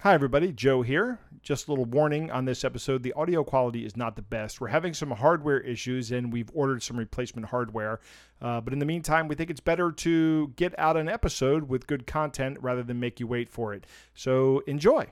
Hi, everybody. Joe here. Just a little warning on this episode the audio quality is not the best. We're having some hardware issues and we've ordered some replacement hardware. Uh, but in the meantime, we think it's better to get out an episode with good content rather than make you wait for it. So enjoy.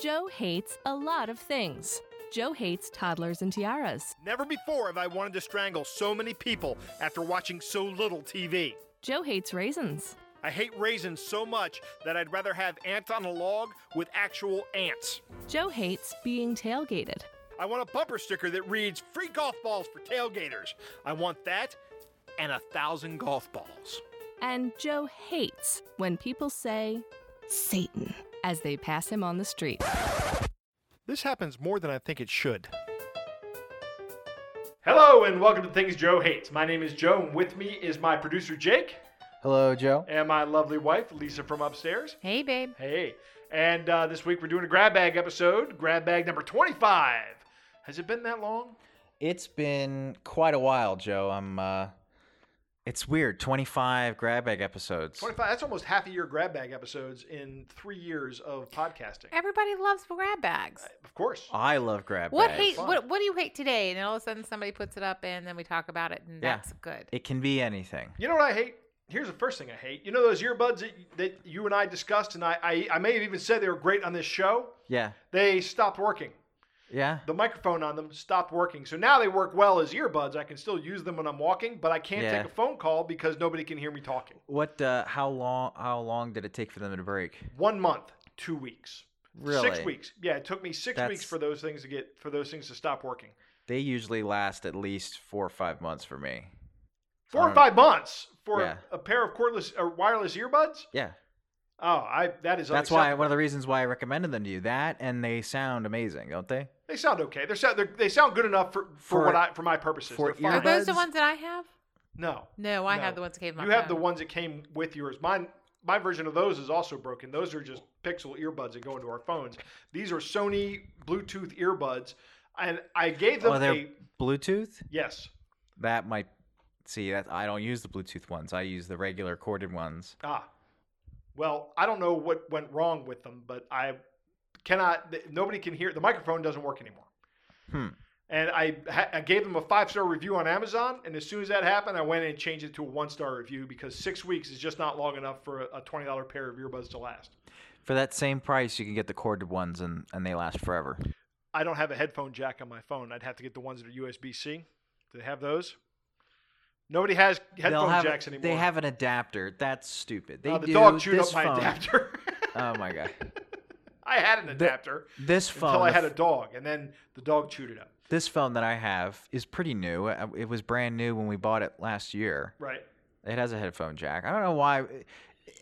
Joe hates a lot of things. Joe hates toddlers and tiaras. Never before have I wanted to strangle so many people after watching so little TV. Joe hates raisins. I hate raisins so much that I'd rather have ants on a log with actual ants. Joe hates being tailgated. I want a bumper sticker that reads free golf balls for tailgaters. I want that and a thousand golf balls. And Joe hates when people say, Satan, as they pass him on the street. This happens more than I think it should. Hello and welcome to Things Joe Hates. My name is Joe, and with me is my producer Jake Hello, Joe. and my lovely wife Lisa from upstairs. Hey, babe. Hey, and uh, this week we're doing a grab bag episode, grab bag number 25. Has it been that long? It's been quite a while, Joe. I'm. uh It's weird. Twenty-five grab bag episodes. 25, that's almost half a year grab bag episodes in three years of podcasting. Everybody loves grab bags. Of course. I love grab What bags. hate? What, what do you hate today? And then all of a sudden, somebody puts it up, and then we talk about it, and Yeah. that's good. It can be anything. You know what I hate? Here's the first thing I hate. You know those earbuds that, that you and I discussed, and I, I, I may have even said they were great on this show? Yeah. They stopped working. Yeah. The microphone on them stopped working. So now they work well as earbuds. I can still use them when I'm walking, but I can't Yeah. take a phone call because nobody can hear me talking. What? uh How long? How long did it take for them to break? One month, two weeks. Really? Six weeks. Yeah, it took me six weeks That's- for those things to get for those things to stop working. They usually last at least four or five months for me. Four or Um, five months for yeah. a pair of cordless or wireless earbuds. Yeah. Oh, I that is That's why unacceptable. one of the reasons why I recommended them to you. That and they sound amazing, don't they? they sound okay. They're, sound- they're they sound good enough for, for, For- what I for my purposes. for They're fine. Are those the earbuds? ones that I have? No, No, I have No. the ones that came. you have the ones that came with yours. Mine my version of those is also broken. Those are just Pixel earbuds that go into our phones. These are Sony Bluetooth earbuds, and I gave them Oh, they're a Bluetooth. yes. That might. See, that I don't use the Bluetooth ones. I use the regular corded ones. Ah, well, I don't know what went wrong with them, but I cannot. th- Nobody can hear. The microphone doesn't work anymore. Hmm. And I, ha- I gave them a five star review on Amazon, and as soon as that happened, I went and changed it to a one star review because six weeks is just not long enough for a a twenty dollar pair of earbuds to last. For that same price, you can get the corded ones, and, and they last forever. I don't have a headphone jack on my phone. I'd have to get the ones that are USB C. Do they have those? Nobody has They'll headphone have, jacks anymore. They have an adapter. That's stupid. They Oh, the do. dog chewed this up my phone, adapter. Oh my god. I had an adapter. This phone. until I the had a f- dog, and then the dog chewed it up. This phone that I have is pretty new. Uh, It was brand new when we bought it last year. Right. It has a headphone jack. I don't know why.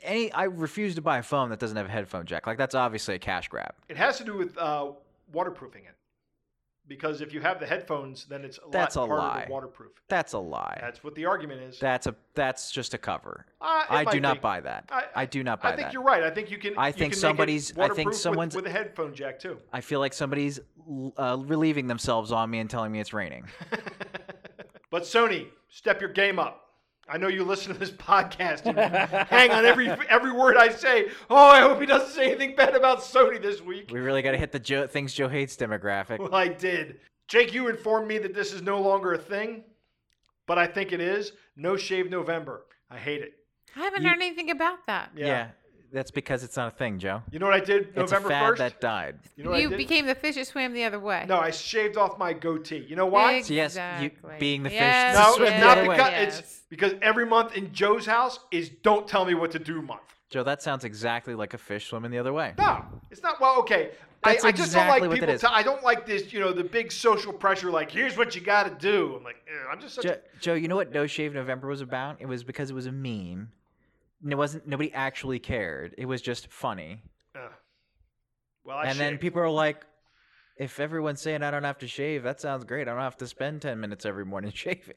Any. I refuse to buy a phone that doesn't have a headphone jack. Like that's obviously a cash grab. It has to do with uh, waterproofing it, because if you have the headphones, then it's a That's a lot harder lie. to waterproof. That's a lie. That's what the argument is. That's a. That's just a cover. Uh, it I do might not be. buy that. I- I, do not buy I think that. you're right. I think you can. I you think can make it somebody's- I think waterproof with- someone's- with, a headphone jack too. I feel like somebody's l- uh, relieving themselves on me and telling me it's raining. But Sony, step your game up. I know you listen to this podcast and hang on every every word I say. Oh, I hope he doesn't say anything bad about Sony this week. We really got to hit the Joe, things Joe hates demographic. Well, I did. Jake, you informed me that this is no longer a thing, but I think it is. No Shave November. I hate it. I haven't you- heard anything about that. Yeah. that's because it's not a thing, Joe. You know what I did it's a November fad 1st? that died. you know what I you did? became the fish that swam the other way. No, I shaved off my goatee. You know why? Exactly. Yes, you- being the fish Yes, that no, swam it's the not other way. because it's Yes. because every month in Joe's house is don't tell me what to do month. Joe, that sounds exactly like a fish swimming the other way. No, it's not. Well, okay. I, That's I just don't exactly what like it people. is. T- I don't like this. You know, the big social pressure. Like, here's what you got to do. I'm like, "Ugh, I'm just such. Joe, Joe, you know what No Shave November was about? It was because it was a meme. And it wasn't nobody actually cared. It was just funny. a, Ugh." Well, I and then shaved. people are like, if everyone's saying I don't have to shave, that sounds great. I don't have to spend ten minutes every morning shaving.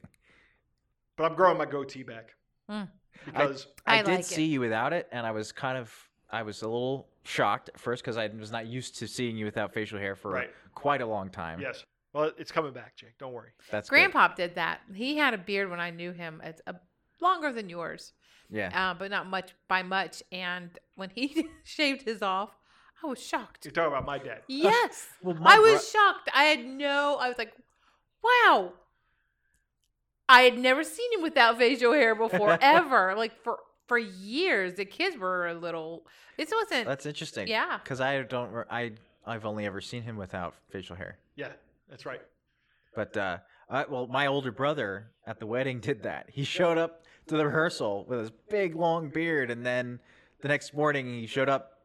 but I'm growing my goatee back Hmm. Mm. because I, I did like it. see you without it, and I was kind of, I was a little shocked at first because I was not used to seeing you without facial hair for Right. quite a long time. yes. Well, it's coming back, Jake. Don't worry. that's good. Grandpa did that. He had a beard when I knew him. It's a, longer than yours. Yeah. uh, but not much by much. And when he shaved his off, I was shocked. You're talking about my dad. Yes, Well, my I bro- was shocked. I had no. I was like, wow. I had never seen him without facial hair before, ever. like for for years, the kids were a little. This wasn't. That's interesting. yeah. Because I don't. re- I I've only ever seen him without facial hair. Yeah, that's right. But uh, I, well, my older brother at the wedding did that. He showed up to the rehearsal with his big long beard, and then the next morning he showed up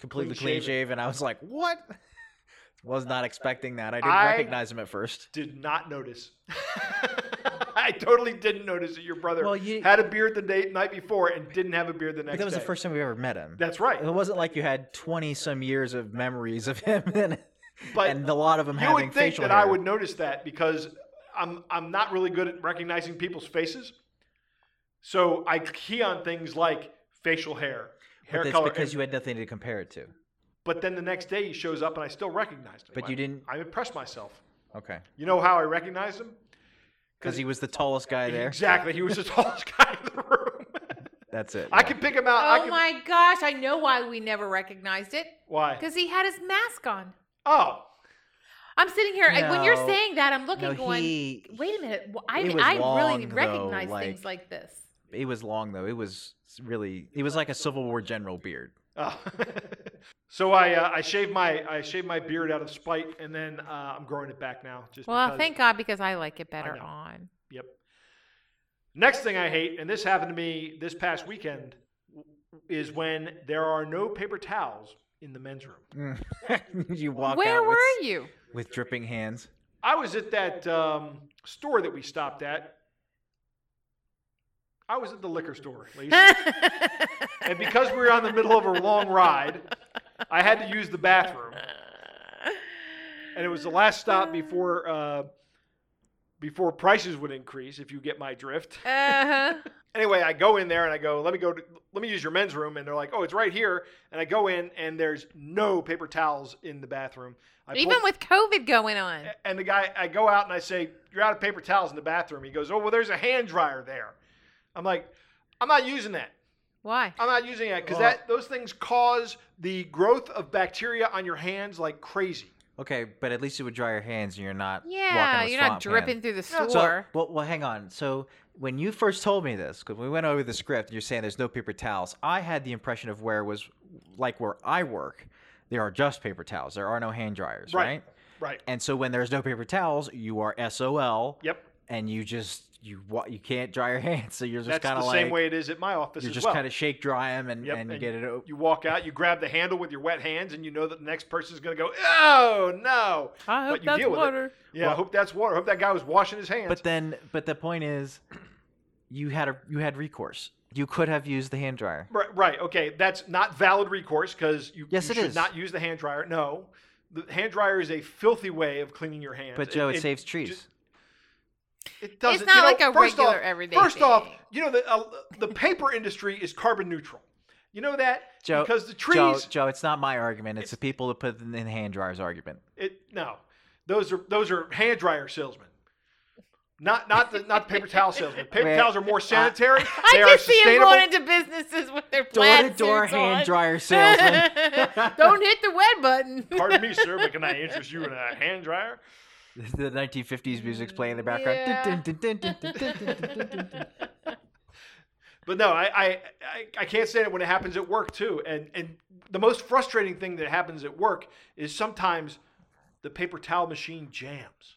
completely Clean clean shaven. shaven. I was like, "What?" Was not expecting that. I didn't I- recognize him at first. Did not notice. I totally didn't notice that your brother Well, you- had a beard the day, night before and didn't have a beard the next But that was day. the first Oh, time we ever met him. That's right. It wasn't like you had twenty some years of memories of him, and, But and a lot of them you having would think facial that hair. I would notice that because I'm I'm not really good at recognizing people's faces. So I key on things like facial hair, hair But that's color, because and- you had nothing to compare it to. but then the next day he shows up and I still recognized him. But I- you didn't- I impressed myself. Okay, You know how I recognized him? because he was the tallest guy there. Exactly. He was the tallest guy in the room. That's it. I can pick him out. I oh can, my gosh! I know why we never recognized it Why? because he had his mask on. Oh, I'm sitting here I- when you're No. saying that. I'm looking, No, going, he- wait a minute. wh- I it was I really long, didn't though, recognize like- things like this. it was long though. It was really it was like a Civil War general beard. Oh. so I uh, I shaved my I shaved my beard out of spite, and then uh, I'm growing it back now. Just Well, because. thank God because I like it better know. on. Yep. Next thing I hate, and this happened to me this past weekend, is when there are no paper towels in the men's room. you walk Where out were with, you? with dripping hands. I was at that um, store that we stopped at. I was at the liquor store, ladies. and because we were on the middle of a long ride, I had to use the bathroom. and it was the last stop before uh, before prices would increase if you get my drift Uh-huh. anyway i go in there and i go let me go to, let me use your men's room and they're like oh it's right here and i go in and there's no paper towels in the bathroom I Eh, Even pull- with COVID going on. and the guy i go out and i say you're out of paper towels in the bathroom he goes oh well there's a hand dryer there i'm like i'm not using that Why? i'm not using that because Well- that those things cause the growth of bacteria on your hands like crazy Okay, but at least it would dry your hands and you're not walking Yeah, with you're not swamp dripping hand. through the No, store. it's So, well, well, hang on. So when you first told me this, because we went over the script, and you're saying there's no paper towels. I had the impression of where it was like where I work, there are just paper towels. There are no hand dryers, Right. right? right And so when there's no paper towels, you are SOL. yep And you just you wa- you can't dry your hands, so you're just that's kind the of like same way it is at my office you as just well. kind of shake dry them and, Yep, and, and get it o- You walk out, you grab the handle with your wet hands, and you know that the next person is going to go, oh, no. I but you deal with it. Yeah, I Well- hope that's water. I hope that guy was washing his hands. but then but the point is you had a you had recourse you could have used the hand dryer right, right, okay. That's not valid recourse because you, Yes, you it should is. not use the hand dryer. No. The hand dryer is a filthy way of cleaning your hands. but joe it, saves trees just- It doesn't, not you know, like a first regular off, everyday First off, thing. you know, the, uh, the paper industry is carbon neutral. You know that? joe because the trees. joe, joe it's not my argument it's, the people that put in the hand dryers argument It no, those are those are hand dryer salesmen. Not not the not the paper towel salesmen. Paper Wait, towels are more sanitary. I they are can see him sustainable. going into businesses with their door plaid to door suits on. hand dryer salesman Don't hit the wet button. Pardon me, sir, but can I interest you in a hand dryer? the 1950s music's playing in the background Yeah. Dun, dun, dun, dun, dun, dun, dun, dun, dun, dun, dun. But no, I, I I- I can't stand it when it happens at work too. And and the most frustrating thing that happens at work is sometimes the paper towel machine jams.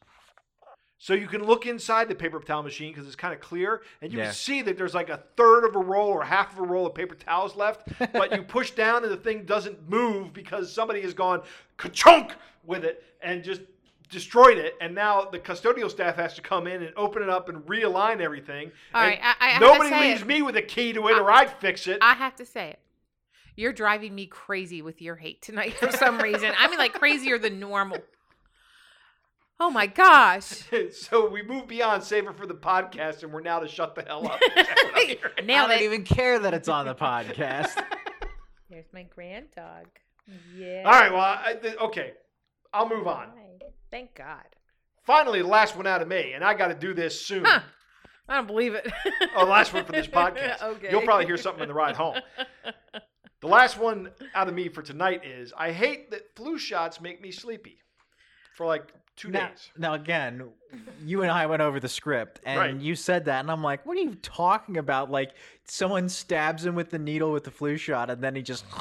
So you can look inside the paper towel machine because it's kind of clear, and you Yeah. can see that there's like a third of a roll or half of a roll of paper towels left. But you push down and the thing doesn't move because somebody has gone ka-chunk with it and just destroyed it. And now the custodial staff has to come in and open it up and realign everything. All And right, I- I have to nobody say leaves it. me with a key to it, or I'd fix it. I have to say it. You're driving me crazy with your hate tonight for some reason. I mean, like crazier than normal. Oh my gosh. so we move beyond save it for the podcast, and we're now to shut the hell up. i Nailed don't it. even care that it's on the podcast There's my grand dog. Yeah. All right, well, I, th- okay, I'll move on. Hi. Thank God. Finally, the last one out of me, and I got to do this soon. Huh. I don't believe it. Oh, last one for this podcast. okay. You'll probably hear something on the ride home. The last one out of me for tonight is I hate that flu shots make me sleepy for like two now, days. now again, you and I went over the script, and Right. you said that, and I'm like, "What are you talking about? Like, someone stabs him with the needle with the flu shot, and then he just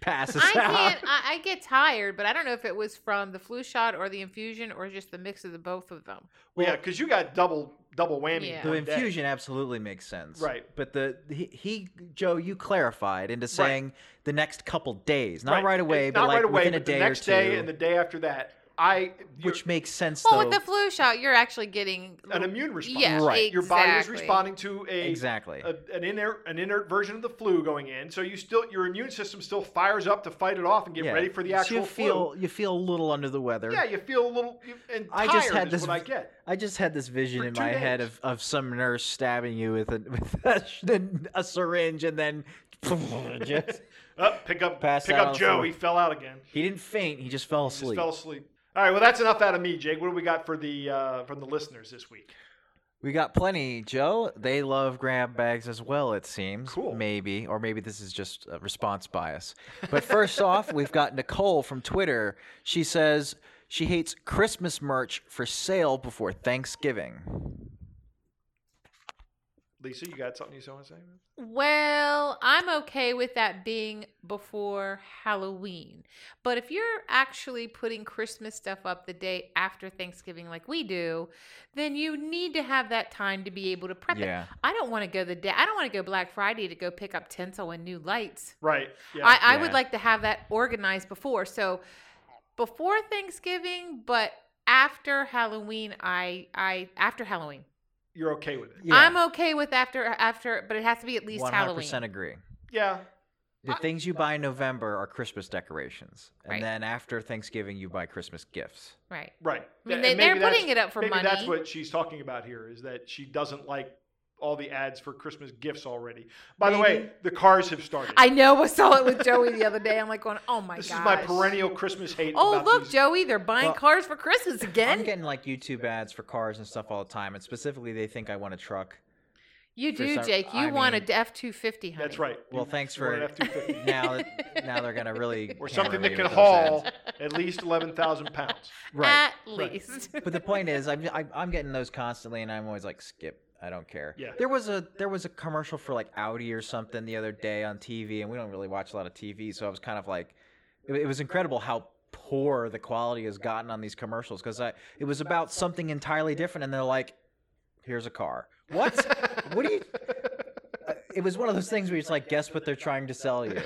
passes I out." can't. I, I get tired, but I don't know if it was from the flu shot or the infusion or just the mix of the both of them. Well, yeah, because you got double double whammy. Yeah. The one day. infusion absolutely makes sense, Right. But the he, he Joe, you clarified into saying the next couple days, not right, away, It's but not like right away, within a but the day next or two, day and the day after that. I which makes sense Well, though. with the flu shot, you're actually getting an immune response. Yeah, Right. Your body is exactly. responding to a exactly. a, an inert an inert version of the flu going in. So you still your immune system still fires up to fight it off and get Yeah. ready for the So actual you feel you feel a little under the weather. flu. Yeah, you feel a little you, and I tired just had is this what I v- get. I just had this vision For in two my head days. of, of some nurse stabbing you with a with a, sh- then a syringe and then just, Oh, pick up Passed pick out up on Joe. flu. He fell out again. he didn't faint, he just fell He asleep. Just fell asleep. All right, well that's enough out of me, Jake. What do we got for the uh, from the listeners this week? We got plenty, Joe. They love grab bags as well, it seems. Cool. Maybe, or maybe this is just a response bias. But first off, we've got Nicole from Twitter. She says she hates Christmas merch for sale before Thanksgiving. Lisa, you got something you want to say? Well, I'm okay with that being before Halloween. But if you're actually putting Christmas stuff up the day after Thanksgiving, like we do, then you need to have that time to be able to prep Yeah. it. I don't want to go the day, I don't want to go Black Friday to go pick up tinsel and new lights. Right. Yeah. I, I Yeah. would like to have that organized before. So before Thanksgiving, but after Halloween, I I after Halloween. You're okay with it. Yeah, I'm okay with after after, but it has to be at least Halloween. agree. Yeah. The things you buy in November are Christmas decorations. And Right. then after Thanksgiving, you buy Christmas gifts. Right. Right. I mean, And they, maybe they're that's- putting it up for Maybe money. that's what she's talking about here is that she doesn't like all the ads for Christmas gifts already. By the way, Maybe. the cars have started. I know. I saw it with Joey the other day. I'm like going, oh my this gosh. is my perennial Christmas hate. Oh about look, these- Joey, they're buying Well, cars for Christmas I'm again. getting like YouTube ads for cars and stuff all the time. And specifically, they think I want a truck. You for do, some- Jake. You I want mean- a F two fifty, honey. That's right. Well, You- thanks you want for- an F-250. Now, that- now they're going to really. or hammer something me that can with those ads. haul at least 11,000 pounds. Right. At least. But the point is, I'm, I, I'm getting those constantly, and I'm always like, skip. I don't care. Yeah. There was a there was a commercial for like Audi or something the other day on TV, and we don't really watch a lot of TV, so I was kind of like, it, it was incredible how poor the quality has gotten on these commercials because I it was about something entirely different, and they're like, here's a car. What? what do you? Uh, It was one of those things where it's like, guess what they're trying to sell you.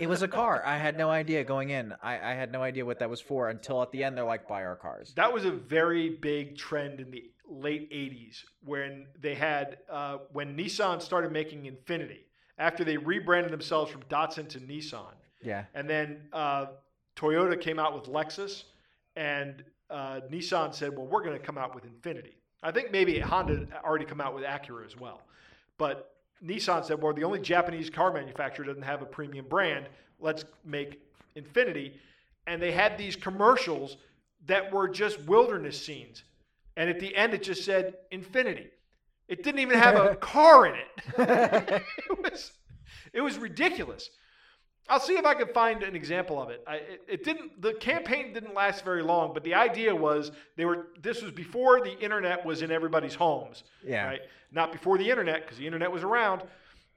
It was a car. I had no idea going in. I, I had no idea what that was for until at the end they're like, buy our cars. That was a very big trend in the late 80s when they had, uh, when Nissan started making Infinity after they rebranded themselves from Datsun to Nissan. Yeah. And then uh, Toyota came out with Lexus, and uh, Nissan said, "Well, we're going to come out with Infinity." I think maybe Honda had already come out with Acura as well, but Nissan said, "Well, the only Japanese car manufacturer doesn't have a premium brand. Let's make Infinity." And they had these commercials that were just wilderness scenes, and at the end it just said Infinity. It didn't even have a car in it. it was, it was ridiculous. I'll see if I can find an example of it. I, it. It didn't. The campaign didn't last very long, but the idea was they were. This was before the internet was in everybody's homes, Yeah. right? Not before the internet, because the internet was around.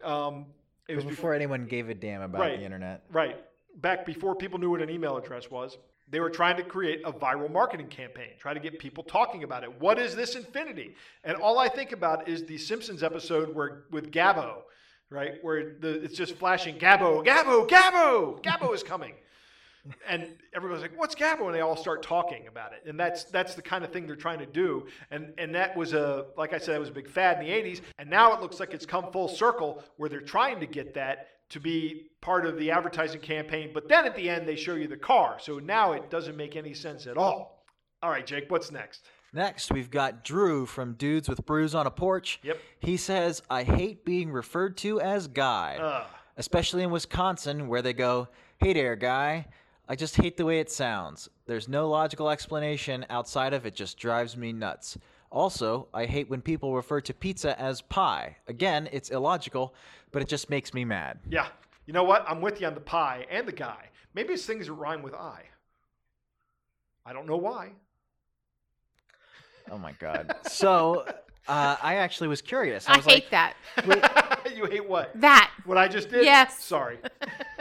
Um, it It was was before anyone gave a damn about Right. the internet. Right. Back before people knew what an email address was, they were trying to create a viral marketing campaign, try to get people talking about it. What is this infinity? And all I think about is the Simpsons episode where with Gabbo, right? Where the it's just flashing Gabbo, Gabbo, Gabbo, Gabbo is coming. And everybody's like, "What's Gabbo?" And they all start talking about it, and that's that's the kind of thing they're trying to do. And and that was a, like I said, that was a big fad in the '80s, and now it looks like it's come full circle where they're trying to get that to be part of the advertising campaign. But then at the end, they show you the car, so now it doesn't make any sense at all. All right, Jake, what's next? Next, we've got Drew from Dudes with Brews on a Porch. Yep. He says, I hate being referred to as guy, Uh, especially in Wisconsin where they go, hey there, guy. I just hate the way it sounds. There's no logical explanation outside of it just drives me nuts. Also, I hate when people refer to pizza as pie. Again, it's illogical, but it just makes me mad. Yeah. You know what? I'm with you on the pie and the guy. Maybe it's things that rhyme with I. I don't know why. Oh my god. So, uh, I actually was curious. I I was like, hate that. you hate what? That. What I just did? Yes. Sorry.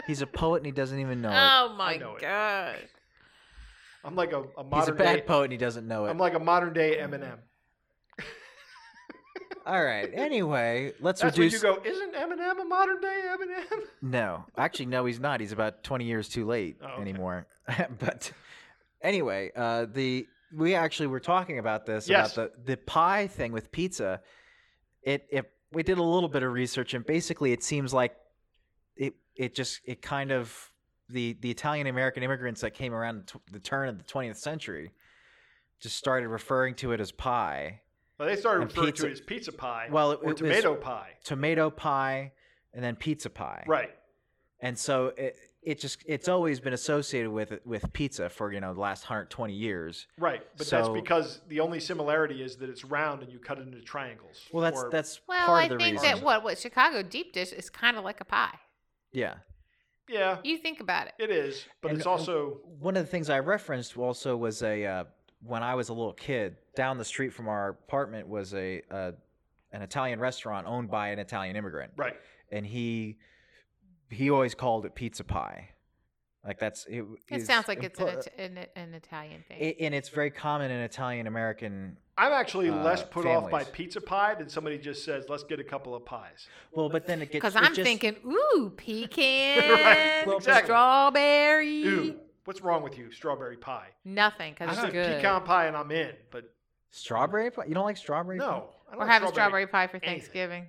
he's a poet and he doesn't even know it. Oh I my know it. god. I'm like a, a modern He's a bad day. poet and he doesn't know it. I'm like a modern day Eminem. All right. Anyway, let's That's reduce. when you go. Isn't Eminem a modern day Eminem? No, actually, no, he's not. He's about 20 years too late Oh, okay. anymore. but anyway, uh, the we actually were talking about this Yes. about the the pie thing with pizza. It it we did a little bit of research and basically it seems like it it just it kind of the the Italian American immigrants that came around the tw- the turn of the 20th century just started referring to it as pie, Well, they started And referring pizza- to it as pizza pie. Well, it- or it was- tomato pie. tomato pie, and then pizza pie. Right. and so it, it just it's always been associated with with pizza for you know the last 120 years Right. But that's So- because the only similarity is that it's round and you cut it into triangles. well that's Or- that's Well, part I of the think reason that what what Chicago deep dish is kind of like a pie. yeah yeah, You think about it. it is. But And- it's also one of the things i referenced also was a uh, when i was a little kid down the street from our apartment was a uh, an italian restaurant owned by an italian immigrant right. and he he always called it pizza pie like that's it It is sounds like it's an, impl- Ita- an, an Italian thing. it- and it's very common in italian american I'm actually Uh, less put off by families. pizza pie than somebody just says, "Let's get a couple of pies." well but then it gets Because it I'm just- thinking, ooh, pecan, Well, exactly. strawberry. Ew, what's wrong with you? Strawberry pie. Nothing, I because said it's good. pecan pie, and I'm in. But Strawberry pie? You don't like strawberry? pie? no, I don't We're like having strawberry pie for anything. Thanksgiving.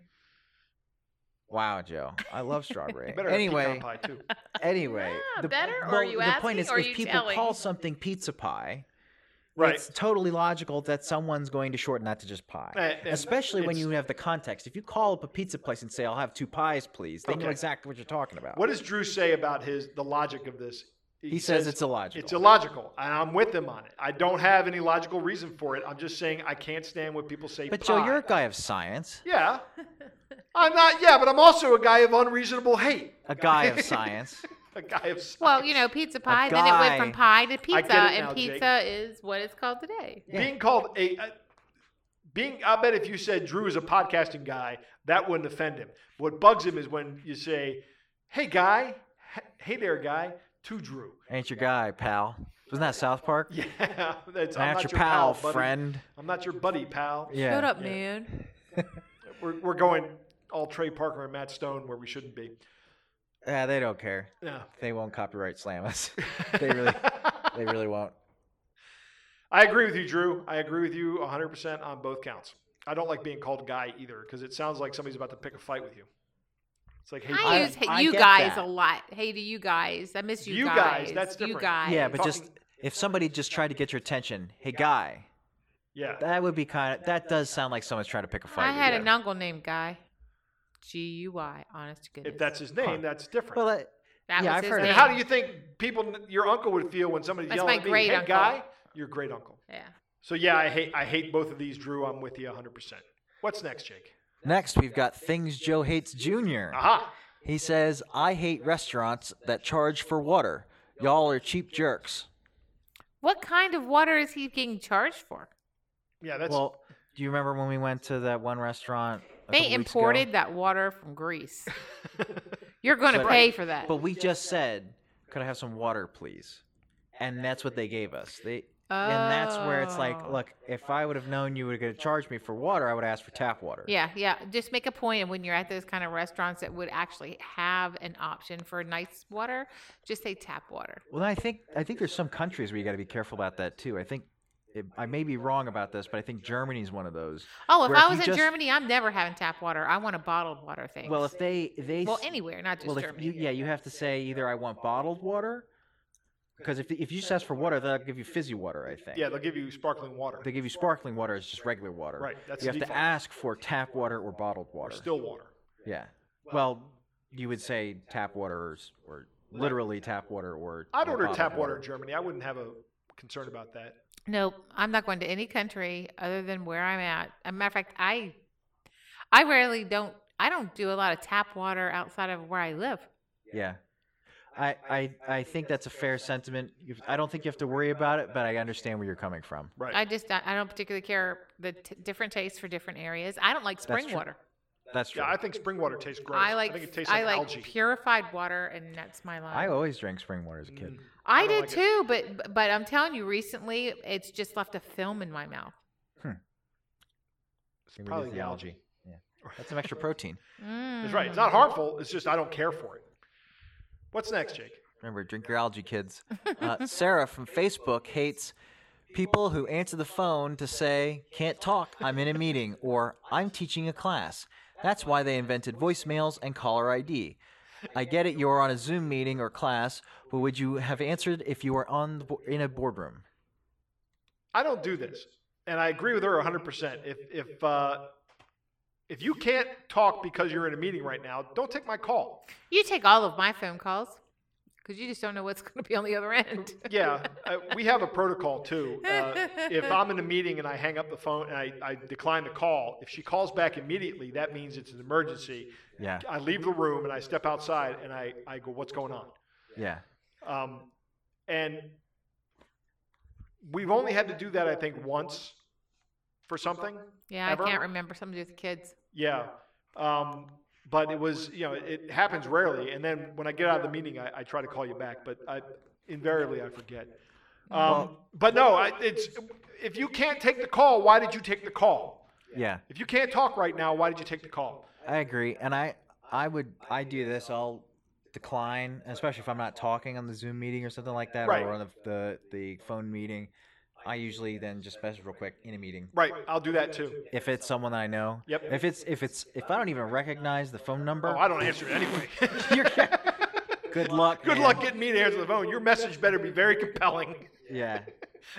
Wow, Joe, I love strawberry. You better have anyway, pecan pie too. anyway, Yeah, better, or are you the point asking, is, or are if you people telling? call something pizza pie, right. it's totally logical that someone's going to shorten that to just pie. And- and Especially when it's- you have the context. If you call up a pizza place and say, "I'll have two pies, please," they know Okay. exactly what you're talking about. What does Drew say about his the logic of this? he says, it's illogical. It's illogical, and I'm with him on it. I don't have any logical reason for it. I'm just saying I can't stand when people say. But pie. Joe, you're a guy of science. Yeah. I'm not. Yeah, but I'm also a guy of unreasonable hate. A guy of science. A guy of. Well, you know, pizza pie. Then it went guy- from pie to pizza, get it and now, Jake. pizza is what it's called today. Yeah. being called a. a being, I bet if you said Drew is a podcasting guy, that wouldn't offend him. What bugs him is when you say, "Hey guy, h- hey there guy," to Drew. Ain't your guy, pal? Wasn't that South Park? Yeah, that's I'm I'm not your pal, buddy. friend. I'm not your buddy, pal. Yeah. Shut up, Yeah. man. We're, we're going all Trey Parker and Matt Stone where we shouldn't be. Yeah, they don't care. Yeah. They won't copyright slam us. they really, they really won't. I agree with you, Drew. I agree with you 100% on both counts. I don't like being called guy either because it sounds like somebody's about to pick a fight with you. It's like, hey, I, I- use hey, I you get guys that. a lot. Hey to you guys. I miss you, You guys, guys. that's You different. guys. Yeah, but just Talking- if somebody just tried to get your attention, hey guy, yeah. that would be kind of that does sound like someone's trying to pick a fight. I had with you. an uncle named Guy. G U Y. Honest to goodness. If that's his name, Huh. that's different. Well, that, that yeah, was I've his heard and name. that. how do you think people, your uncle would feel when somebody's That's yelling my at me, great hey, uncle." guy, your great uncle? Yeah. So, yeah, I hate, I hate both of these, Drew. I'm with you 100%. What's next, Jake? next we've got things Joe hates Junior. Aha. He says I hate restaurants that charge for water. Y'all are cheap jerks. What kind of water is he getting charged for? Yeah, that's. well, do you remember when we went to that one restaurant? a They couple weeks ago? imported that water from Greece. You're going to So- pay for that. but we just uh, said, "Could I have some water, please?" And that's what they gave us. They. And that's where it's like, Oh. look, if I would have known you were going to charge me for water, I would ask for tap water. Yeah, yeah. Just make a point, and when you're at those kind of restaurants that would actually have an option for nice water, just say tap water. Well, I think I think there's some countries where you got to be careful about that too. I think it, I may be wrong about this, but I think Germany's one of those. Oh, if where I you was in just- Germany, I'm never having tap water. I want a bottled water thing. well, if they they well, s- anywhere, not just well, if Germany. you, yeah, you have to say either I want bottled water, because if if you just ask for water, they'll give you fizzy water. I think. yeah, they'll give you sparkling water. They give you sparkling water. It's just regular water. Right, that's you have default. to ask for tap water or bottled Or water. still water. Yeah. Well, you would say tap water or, s- or literally tap water or. I'd or order bottled tap water in Germany. I wouldn't have a concern about that. Nope, I'm not going to any country other than where I'm at. As a matter of fact, I I rarely don't I don't do a lot of tap water outside of where I live. Yeah. I, I, I think that's a fair sentiment. You've- I don't think you have to worry about it, but I understand where you're coming from. Right. I just don't- I don't particularly care the t- different tastes for different areas. I don't like spring true. water. That's true. yeah, I think spring water tastes gross. I like I think it tastes I like like algae. purified water, and that's my line. I always drank spring water as a Mm. kid. I, don't did like it. too, but but I'm telling you, recently it's just left a film in my mouth. Maybe it probably is the the algae. Yeah. That's some extra protein. Mm. It's right. It's not harmful. It's just I don't care for it. What's next, Jake? Remember, drink your algae, kids. Uh, Sarah from Facebook hates people who answer the phone to say, can't talk, I'm in a meeting, or I'm teaching a class. That's why they invented voicemails and caller ID. I get it, you're on a Zoom meeting or class, but would you have answered if you were on the bo- in a boardroom? I don't do this, and I agree with her 100. percent If if uh, if you can't talk because you're in a meeting right now, don't take my call. You take all of my phone calls because you just don't know what's going to be on the other end. Yeah, uh, we have a protocol too. Uh, if I'm in a meeting and I hang up the phone and I, I decline the call, if she calls back immediately, that means it's an emergency. Yeah, I leave the room and I step outside and I, I go, what's going on? yeah. Um, and we've only had to do that, I think, once for something. yeah, Ever? I can't remember something to do with kids. Yeah. Um, but it was, you know, it happens rarely. And then when I get out of the meeting, I, I try to call you back, but I invariably I forget. Um, but no, I, it's if you can't take the call, why did you take the call? Yeah, If you can't talk right now, why did you take the call? I agree. And I, I would, I do this. I'll decline, especially if I'm not talking on the Zoom meeting or something like that, Right. or on the, the the phone meeting. I usually then just message real quick in a meeting. Right, I'll do that too. If it's someone that I know. Yep. If it's if it's if I don't even recognize the phone number. Oh, I don't answer it anyway. good luck. Good man. luck getting me to answer the phone. Your message better be very compelling. Yeah.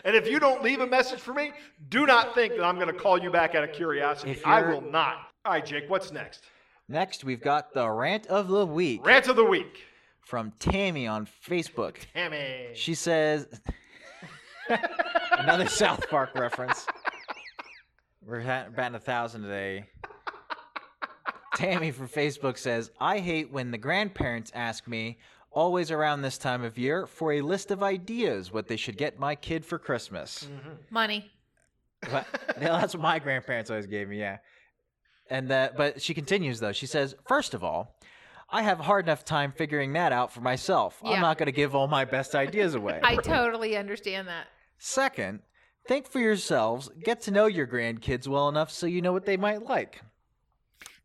And if you don't leave a message for me, do not think that I'm going to call you back out of curiosity. If I you're- will not. All right, Jake, what's next? Next, we've got the rant of the week Rant of the week. from Tammy on Facebook. Hammy. She says another South Park reference. We're at batting a thousand today. Tammy from Facebook says, I hate when the grandparents ask me, always around this time of year, for a list of ideas what they should get my kid for Christmas. Money. Mm-hmm. But that's what my grandparents always gave me, yeah. And that, but she continues though. She says, first of all, I have a hard enough time figuring that out for myself. Yeah. I'm not going to give all my best ideas away. I totally understand that. Second, think for yourselves, get to know your grandkids well enough so you know what they might like.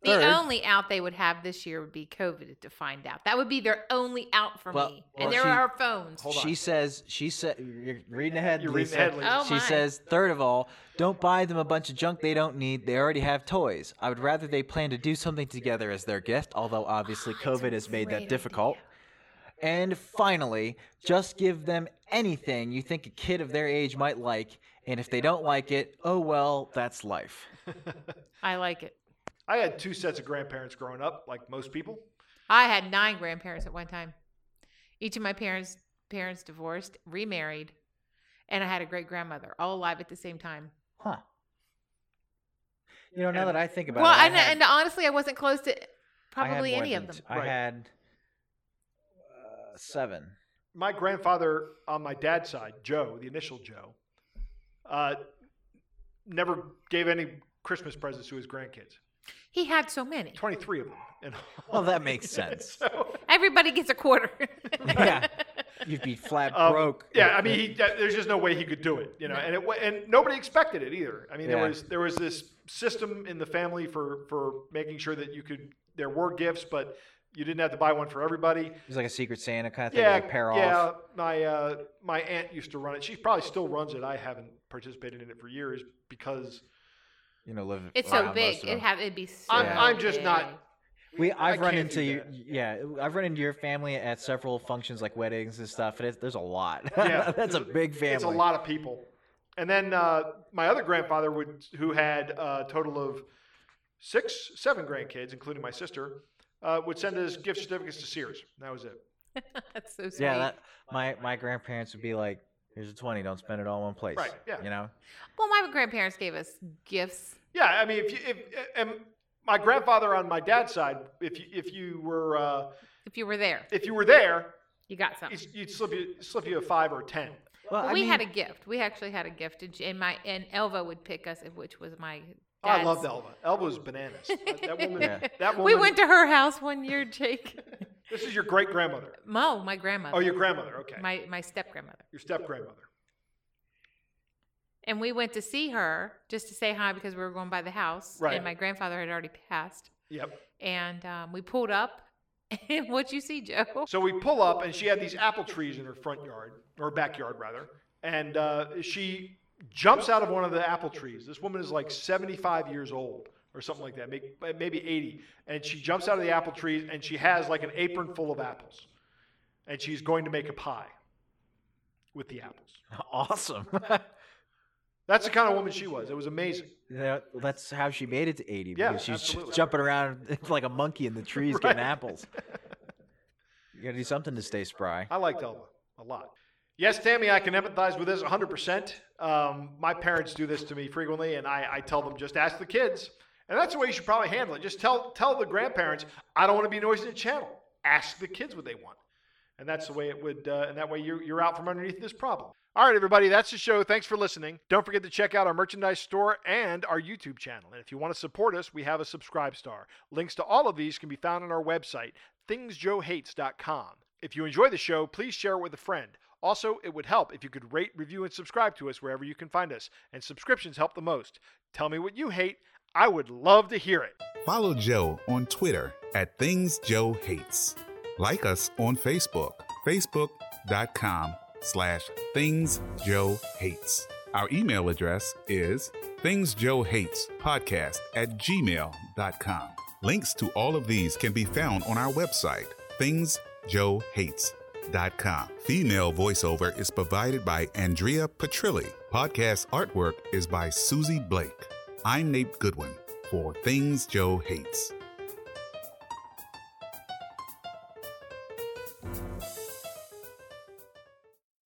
The Third- only out they would have this year would be COVID to find out. That would be their only out for Well- me. well, and there she- are phones. Hold she on. says, she said, you're reading ahead. You're reading Lisa. ahead, Lisa. Oh, she my. says, third of all, don't buy them a bunch of junk they don't need. They already have toys. I would rather they plan to do something together as their gift, although obviously COVID has made that Oh, great difficult. And finally, just give them anything you think a kid of their age might like. And if they don't like it, oh well, that's life. I like it. I had two sets of grandparents growing up, like most people. I had nine grandparents at one time. Each of my parents parents divorced, remarried, and I had a great grandmother, all alive at the same time. Huh. You know, now that I think about well, it, I and, had- and honestly, I wasn't close to I had probably more any of than them. t- I Right. had uh, seven. My grandfather on my dad's side, Joe, the initial Joe, uh, never gave any Christmas presents to his grandkids. He had so many. 23 of them. And Well, that makes sense. so, Everybody gets a quarter. yeah, you'd be flat um, broke. Yeah, I mean, he, that- there's just no way he could do it, you know. And it wa- and nobody expected it either. I mean, there Yeah. was there was this system in the family for for making sure that you could there were gifts, but you didn't have to buy one for everybody. it was like a Secret Santa kind of thing. Yeah, like pair yeah. off. My uh, my aunt used to run it. She probably still runs it. I haven't participated in it for years because You know, live. It's so around most big. of It them. have it'd be so I'm, Yeah. I'm just not. big. We, I've run can't do into you. that. Yeah, I've run into your family at several functions, like weddings and stuff. And it's, there's a lot. Yeah. that's a big family. It's a lot of people. And then uh, my other grandfather would, who had a total of six, seven grandkids, including my sister, uh, would send us gift certificates to Sears. That was it. That's so sweet. Yeah, that, my my grandparents would be like, Here's a twenty. Don't spend it all in one place. Right, yeah. You know. Well, my grandparents gave us gifts. Yeah, I mean, if you, if and my grandfather on my dad's side, if you if you were uh, If you were there, if you were there, you got something. you'd, you'd slip you slip you a five or a ten. Well, I we had a mean, gift. We actually had a gift, and- and my and Elva would pick us, which was my. Oh, I loved dad's- Elva. Elva's bananas. That woman. Yeah. That woman. We went to her house one year, Jake. This is your great grandmother. Mo, my grandmother. Oh, your grandmother. Okay. my my step grandmother. your step grandmother. And we went to see her just to say hi because we were going by the house, Right. and my grandfather had already passed. Yep. And um, we pulled up, and what'd you see, Joe? So we pull up, and she had these apple trees in her front yard or backyard rather, and uh, she jumps out of one of the apple trees. This woman is like 75 years old or something like that, may- maybe 80, and she jumps out of the apple trees, and she has like an apron full of apples, and she's going to make a pie with the apples. awesome. That's the kind of woman she was. It was amazing. Yeah, well, that's how she made it to 80 Yeah, because she's j- absolutely. jumping around like a monkey in the trees getting Right. apples. You gotta do something to stay spry. I liked Elva a lot. Yes, Tammy, I can empathize with this 100%. Um, my parents do this to me frequently, and I, I tell them just ask the kids. And that's the way you should probably handle it. Just tell, tell the grandparents, I don't want to be noisy in the channel. Ask the kids what they want. And that's the way it would, uh, and that way you're, you're out from underneath this problem. All right, everybody, that's the show. Thanks for listening. Don't forget to check out our merchandise store and our YouTube channel. And if you want to support us, we have a subscribe star. Links to all of these can be found on our website, thingsjoehates.com. If you enjoy the show, please share it with a friend. Also, it would help if you could rate, review, and subscribe to us wherever you can find us. And subscriptions help the most. Tell me what you hate. I would love to hear it. Follow Joe on Twitter at Things Joe Hates. Like us on Facebook, facebook.com slash Things Joe Hates. Our email address is Things Joe Hates Podcast at gmail.com. Links to all of these can be found on our website, thingsjoehates.com. Female voiceover is provided by Andrea Petrilli. Podcast artwork is by Susie Blake. I'm Nate Goodwin for Things Joe Hates.